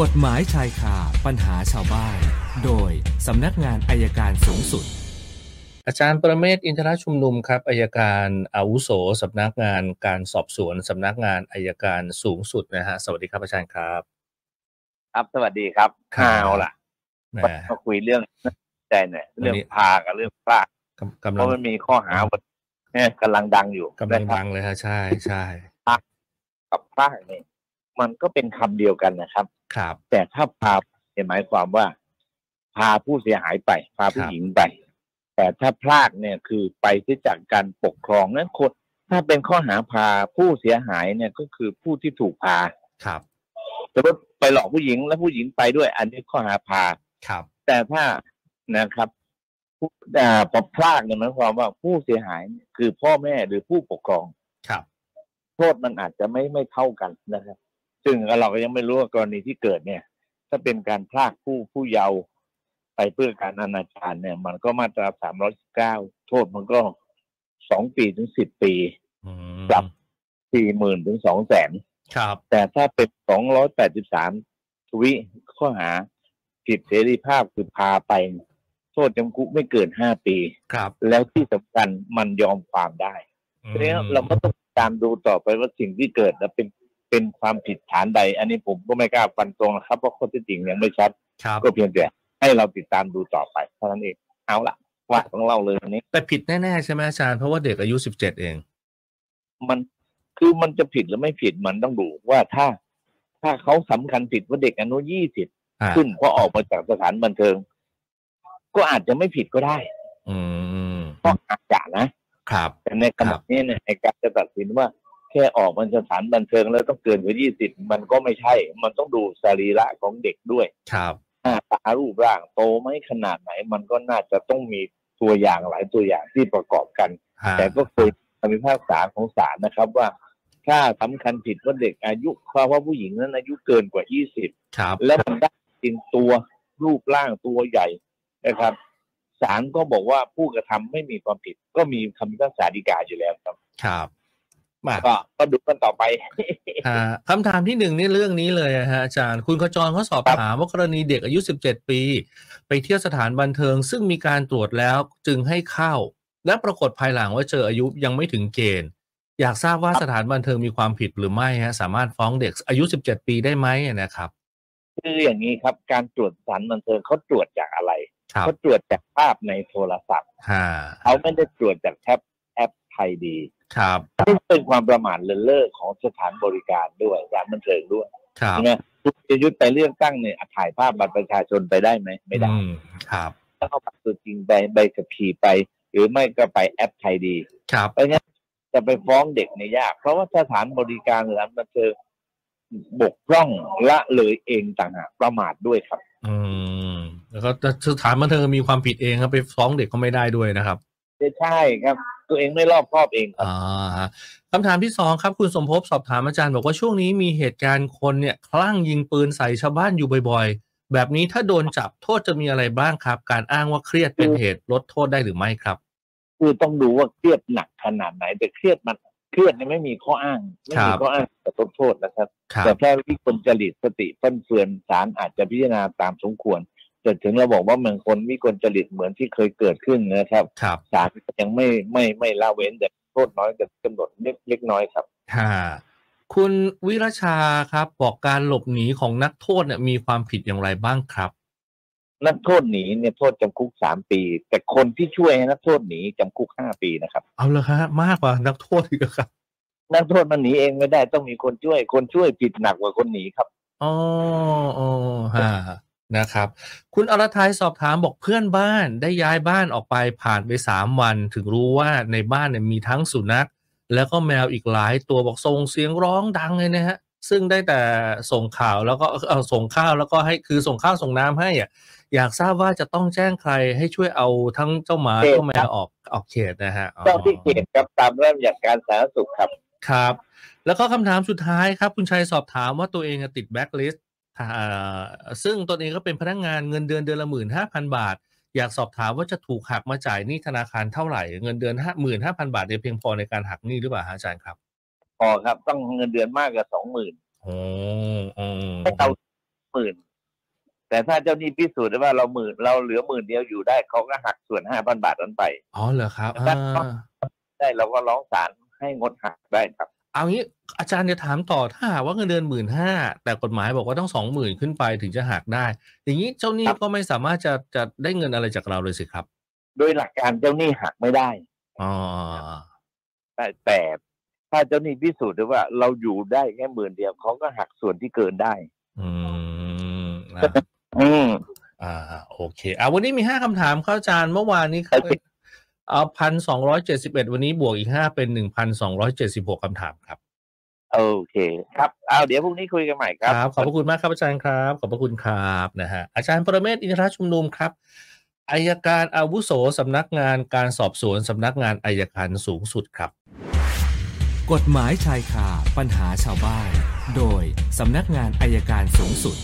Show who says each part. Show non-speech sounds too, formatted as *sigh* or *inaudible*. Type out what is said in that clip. Speaker 1: กฎหมายชายคาปัญหาชาวบ้าน โดยสำนักงานอายการสูงสุด
Speaker 2: อาจารย์ประเมศวร์อินทรชุมนุมครับอายการอาวุโสสำนักงานการสอบสวนสำนักงานอายการสูงสุดนะฮะสวัสดีครับอาจารย์ครับ
Speaker 3: ครับสวัสดีครับ
Speaker 2: ครับ
Speaker 3: เอาล่ะ
Speaker 2: แหม
Speaker 3: มาคุยเรื่องใจหน่อย
Speaker 2: วันนี้
Speaker 3: เรื่องพากับเรื่องพลาก
Speaker 2: กำกำ
Speaker 3: เพ
Speaker 2: ลัง
Speaker 3: ราะมันมีข้อหาวันเนี่ยกำลังดังอยู่
Speaker 2: กำลังดังเลยฮะใช่ใช่
Speaker 3: กับพลากเนี่ยมันก็เป็นคำเดียวกันนะครับ
Speaker 2: ครับ
Speaker 3: แต่ถ้าพาเนี่ยหมายความว่า พาผู้เสียหายไป พาผู้
Speaker 2: ครับ
Speaker 3: หญิงไป แต่ถ้าพลากเนี่ยคือไปที่จากการปกครองนั้นคนถ้าเป็นข้อหาพาผู้เสียหายเนี่ยก็คือผู้ที่ถูกพา
Speaker 2: ครับ
Speaker 3: สมมติไปหลอกผู้หญิงแล้วผู้หญิงไปด้วย อันนี้ข้อหาพา
Speaker 2: ครับ
Speaker 3: แต่ถ้านะครับผู้อ่าพอพลากเนี่ยหมายความว่าผู้เสียหายเนี่ยคือพ่อแม่หรือผู้ปกครอง
Speaker 2: ครับ
Speaker 3: โทษมันอาจจะไม่ไม่เท่ากันนะครับ ซึ่งเราก็ยังไม่รู้ว่ากรณีที่เกิดเนี่ย ถ้าเป็นการพลากผู้ผู้เยาว์ไปเพื่อการอนาจารเนี่ย มันก็มาตราสามร้อยเก้าโทษมันก็สองปีถึงสิบปี
Speaker 2: อืม
Speaker 3: ปรับ สี่หมื่นถึงสองแสน
Speaker 2: ครับ
Speaker 3: แต่ถ้าเป็นสองร้อยแปดสิบสามทวิข้อหาผิดเสรีภาพคือพาไป โทษจำคุกไม่เกินห้าปี
Speaker 2: ครับ
Speaker 3: แล้วที่สำคัญมันยอมความได้
Speaker 2: อืม
Speaker 3: เพราะฉะนั้นเราก็ต้องตามดูต่อไปว่าสิ่งที่เกิดนะเป็นเป็นความผิดฐานใด อันนี้ผมก็ไม่กล้าฟันตรงนะครับเพราะข้อเที่จริงยังไม่ชัด
Speaker 2: ครับ
Speaker 3: ก็เพียงแต่ให้เราติดตามดูต่อไปเท่านั้นเองเอาละว่าของเราเลยวันนี้
Speaker 2: แต่ผิดแน่ๆใช่ไหมอาจารย์เพราะว่าเด็กอายุสิบเจ็ดเอง
Speaker 3: มันคือมันจะผิดหรือไม่ผิดมันต้องดูว่าถ้า ถ้าเขาสำคัญผิดว่าเด็กอนุยี่สิบ
Speaker 2: อ่า
Speaker 3: ขึ้นเพราะออกมาจากสถานบันเทิง ก็อาจจะไม่ผิดก็ได้
Speaker 2: อืม
Speaker 3: เพราะอาจจะนะครับ แต่ในขณะนี้เนี่ยในการจะตัดสินว่า แค่ออกมาจากสถานบันเทิงแล้วต้องเกินกว่ายี่สิบมันก็ไม่ใช่ มันต้องดูสรีระของเด็กด้วย
Speaker 2: ครับ
Speaker 3: หน้าตารูปร่างโตไหมขนาดไหน มันก็น่าจะต้องมีตัวอย่างหลายตัวอย่างที่ประกอบกัน
Speaker 2: ฮะ
Speaker 3: แต่ก็เคยคำพิพากษาของศาลนะครับว่า ถ้าสำคัญผิดว่าเด็กอายุเพราะว่าผู้หญิงนั้นอายุเกินกว่ายี่สิบ
Speaker 2: ครับ
Speaker 3: แล้วมันได้จริงตัวรูปร่างตัวใหญ่นะครับศาลก็บอกว่าผู้กระทำไม่มีความผิด ก็มีคำพิพากษาฎีกาอยู่แล้วครับ
Speaker 2: ครับมา
Speaker 3: ก็ก็ดูกันต่อไป *laughs*
Speaker 2: อ่าคำถามที่หนึ่งนี่เรื่องนี้เลยนะฮะอาจารย์คุณขจรเขาสอบถามว่ากรณีเด็กอายุ 17 ปี ไปเที่ยวสถานบันเทิง ซึ่งมีการตรวจแล้วจึงให้เข้า และปรากฏภายหลังว่าเจออายุยังไม่ถึงเกณฑ์ อยากทราบว่าสถานบันเทิงมีความผิดหรือไม่ฮะสามารถฟ้องเด็กอายุ 17 ปีได้ไหมนะครับ
Speaker 3: คืออย่างนี้ครับ การตรวจสารบันเทิงเขาตรวจจากอะไร
Speaker 2: ครับ
Speaker 3: เขาตรวจจากภาพในโทรศัพท์
Speaker 2: ฮ่า
Speaker 3: เขาไม่ได้ตรวจจากแอปแอปไทยดี
Speaker 2: ครับ
Speaker 3: ซึ่งเป็นความประมาทเลินเล่อของสถานบริการด้วยสถานบันเทิงด้วย
Speaker 2: ครับ
Speaker 3: ใช่ไหมคุณจะยุดไปเลือกตั้งเนี่ยอ่ะถ่ายภาพบัตรประชาชนไปได้ไหมไม่ได้
Speaker 2: อืมครับ
Speaker 3: แล้วเอาบัตรตัวจริงไปใบขับขี่ไป หรือไม่ก็ไปแอปไทยดี
Speaker 2: ครับ
Speaker 3: เพราะงั้นจะไปฟ้องเด็กเนี่ยยาก เพราะว่าสถานบริการหรือร้านบันเทิงบกพร่องละเลยเองต่างหากประมาทด้วยครับ
Speaker 2: อืมแล้วก็สถานบันเทิงมีความผิดเองครับไปฟ้องเด็กก็ไม่ได้ด้วยนะครับ
Speaker 3: ใช่ครับ ตัวเองไม่รอบคอบเองครับ
Speaker 2: อ่าฮะคำถามที่สองครับ คุณสมภพสอบถามอาจารย์บอกว่าช่วงนี้มีเหตุการณ์คนเนี่ยคลั่งยิงปืนใส่ชาวบ้านอยู่บ่อยๆ แบบนี้ถ้าโดนจับโทษจะมีอะไรบ้างครับ การอ้างว่าเครียดเป็นเหตุลดโทษได้หรือไม่ครับ
Speaker 3: คือต้องดูว่าเครียดหนักขนาดไหน แต่เครียดมันเครียดเนี่ยไม่มีข้ออ้างไม่มี
Speaker 2: ครับ
Speaker 3: ข้ออ้างแต่ลดโทษนะครับ
Speaker 2: ครั
Speaker 3: แต่
Speaker 2: บ
Speaker 3: แค่วิกลจริตสติฟั่นเฟือนศาลอาจจะพิจารณาตามสมควรแต่ถึงเราบอกว่าเมืองคนวิกลจริตเหมือนที่เคยเกิดขึ้นนะครับ
Speaker 2: ครับ
Speaker 3: ศาลยังไม่ไม่ไม่ละเว้นแต่โทษน้อยแต่กำหนดเล็กเล็กน้อยครับ
Speaker 2: ฮะคุณวิรชาครับ บอกการหลบหนีของนักโทษเนี่ยมีความผิดอย่างไรบ้างครับ
Speaker 3: นักโทษหนีเนี่ยโทษจำคุกสามปี แต่คนที่ช่วยให้นักโทษหนีจำคุกห้าปีนะครับ
Speaker 2: เอาเลยฮะมากกว่านักโทษอีกเหรอครับ
Speaker 3: นักโทษมันหนีเองไม่ได้ต้องมีคนช่วย คนช่วยผิดหนักกว่าคนหนีครับ
Speaker 2: อ๋ออ๋อฮะนะครับ คุณอรทัยสอบถามบอกเพื่อนบ้านได้ย้ายบ้านออกไปผ่านไปสามวัน ถึงรู้ว่าในบ้านเนี่ยมีทั้งสุนัข แล้วก็แมวอีกหลายตัวบอกส่งเสียงร้องดังเลยนะฮะ ซึ่งได้แต่ส่งข่าวแล้วก็เอ่อส่งข้าวแล้วก็ให้คือส่งข้าวส่งน้ำให้อ่ะอยากทราบว่าจะต้องแจ้งใครให้ช่วยเอาทั้งเจ้าหมา
Speaker 3: เขตครับ
Speaker 2: เจ้าแมวออกออกเขตนะฮะอ๋อ
Speaker 3: เจ้าที่เขตครับตามระเบียบการสาธารณสุขครับ
Speaker 2: ครับ แล้วก็คำถามสุดท้ายครับ คุณชัยสอบถามว่าตัวเองอะติดแบ็คลิสต์ซึ่งตนเองก็เป็นพนักงานเงินเดือนเดือนละหมื่นห้าพันบาท อยากสอบถามว่าจะถูกหักมาจ่ายหนี้ธนาคารเท่าไหร่เงินเดือนห้าหมื่นห้าพันบาทเนี่ยเพียงพอในการหักหนี้หรือเปล่าฮะอาจารย์ครับ
Speaker 3: พอครับ ต้องเงินเดือนมากกว่าสองหมื่น
Speaker 2: โอ้โอ้
Speaker 3: ให้เราหมื่น แต่ถ้าเจ้าหนี้พิสูจน์ได้ว่าเราหมื่นเราเหลือหมื่นเดียวอยู่ได้เขาก็หักส่วนห้าพันบาทนั้นไป
Speaker 2: อ๋อเหรอครับ
Speaker 3: แต่
Speaker 2: อ่า
Speaker 3: ถ้า ได้เราก็ร้องศาลให้งดหักได้ครับ
Speaker 2: เอางี้อาจารย์จะถามต่อถ้าหากว่าเงินเดือนหมื่นห้าแต่กฎหมายบอกว่าต้องสองหมื่นขึ้นไปถึงจะหักได้ อย่างนี้เจ้าหนี้
Speaker 3: ครับ
Speaker 2: ก็ไม่สามารถจะจะได้เงินอะไรจากเราเลยสิครับ
Speaker 3: โดยหลักการเจ้าหนี้หักไม่ได้
Speaker 2: อ๋อ
Speaker 3: แต่แต่ถ้าเจ้าหนี้พิสูจน์ได้ว่าเราอยู่ได้แค่หมื่นเดียวเขาก็หักส่วนที่เกินได้
Speaker 2: อืมนะ
Speaker 3: อืม
Speaker 2: อ่าโอเคอ่าวันนี้มีห้าคำถามครับอาจารย์เมื่อวานนี้ครับ
Speaker 3: โอเค
Speaker 2: เอาพันสองร้อยเจ็ดสิบเอ็ดวันนี้บวกอีกห้าเป็นหนึ่งพันสองร้อยเจ็ดสิบหกคำถามครับ
Speaker 3: โอเค ครับเอาเดี๋ยวพรุ่งนี้คุยกันใหม่ครับ
Speaker 2: ขอบพระคุณมากครับอาจารย์ครับ ขอบพระคุณครับนะฮะอาจารย์ประเมศวร์อินทรชุมนุมครับอายการอาวุโสสำนักงานการสอบสวนสำนักงานอายการสูงสุดครับ
Speaker 1: กฎหมายชายคาปัญหาชาวบ้าน โดยสำนักงานอายการสูงสุด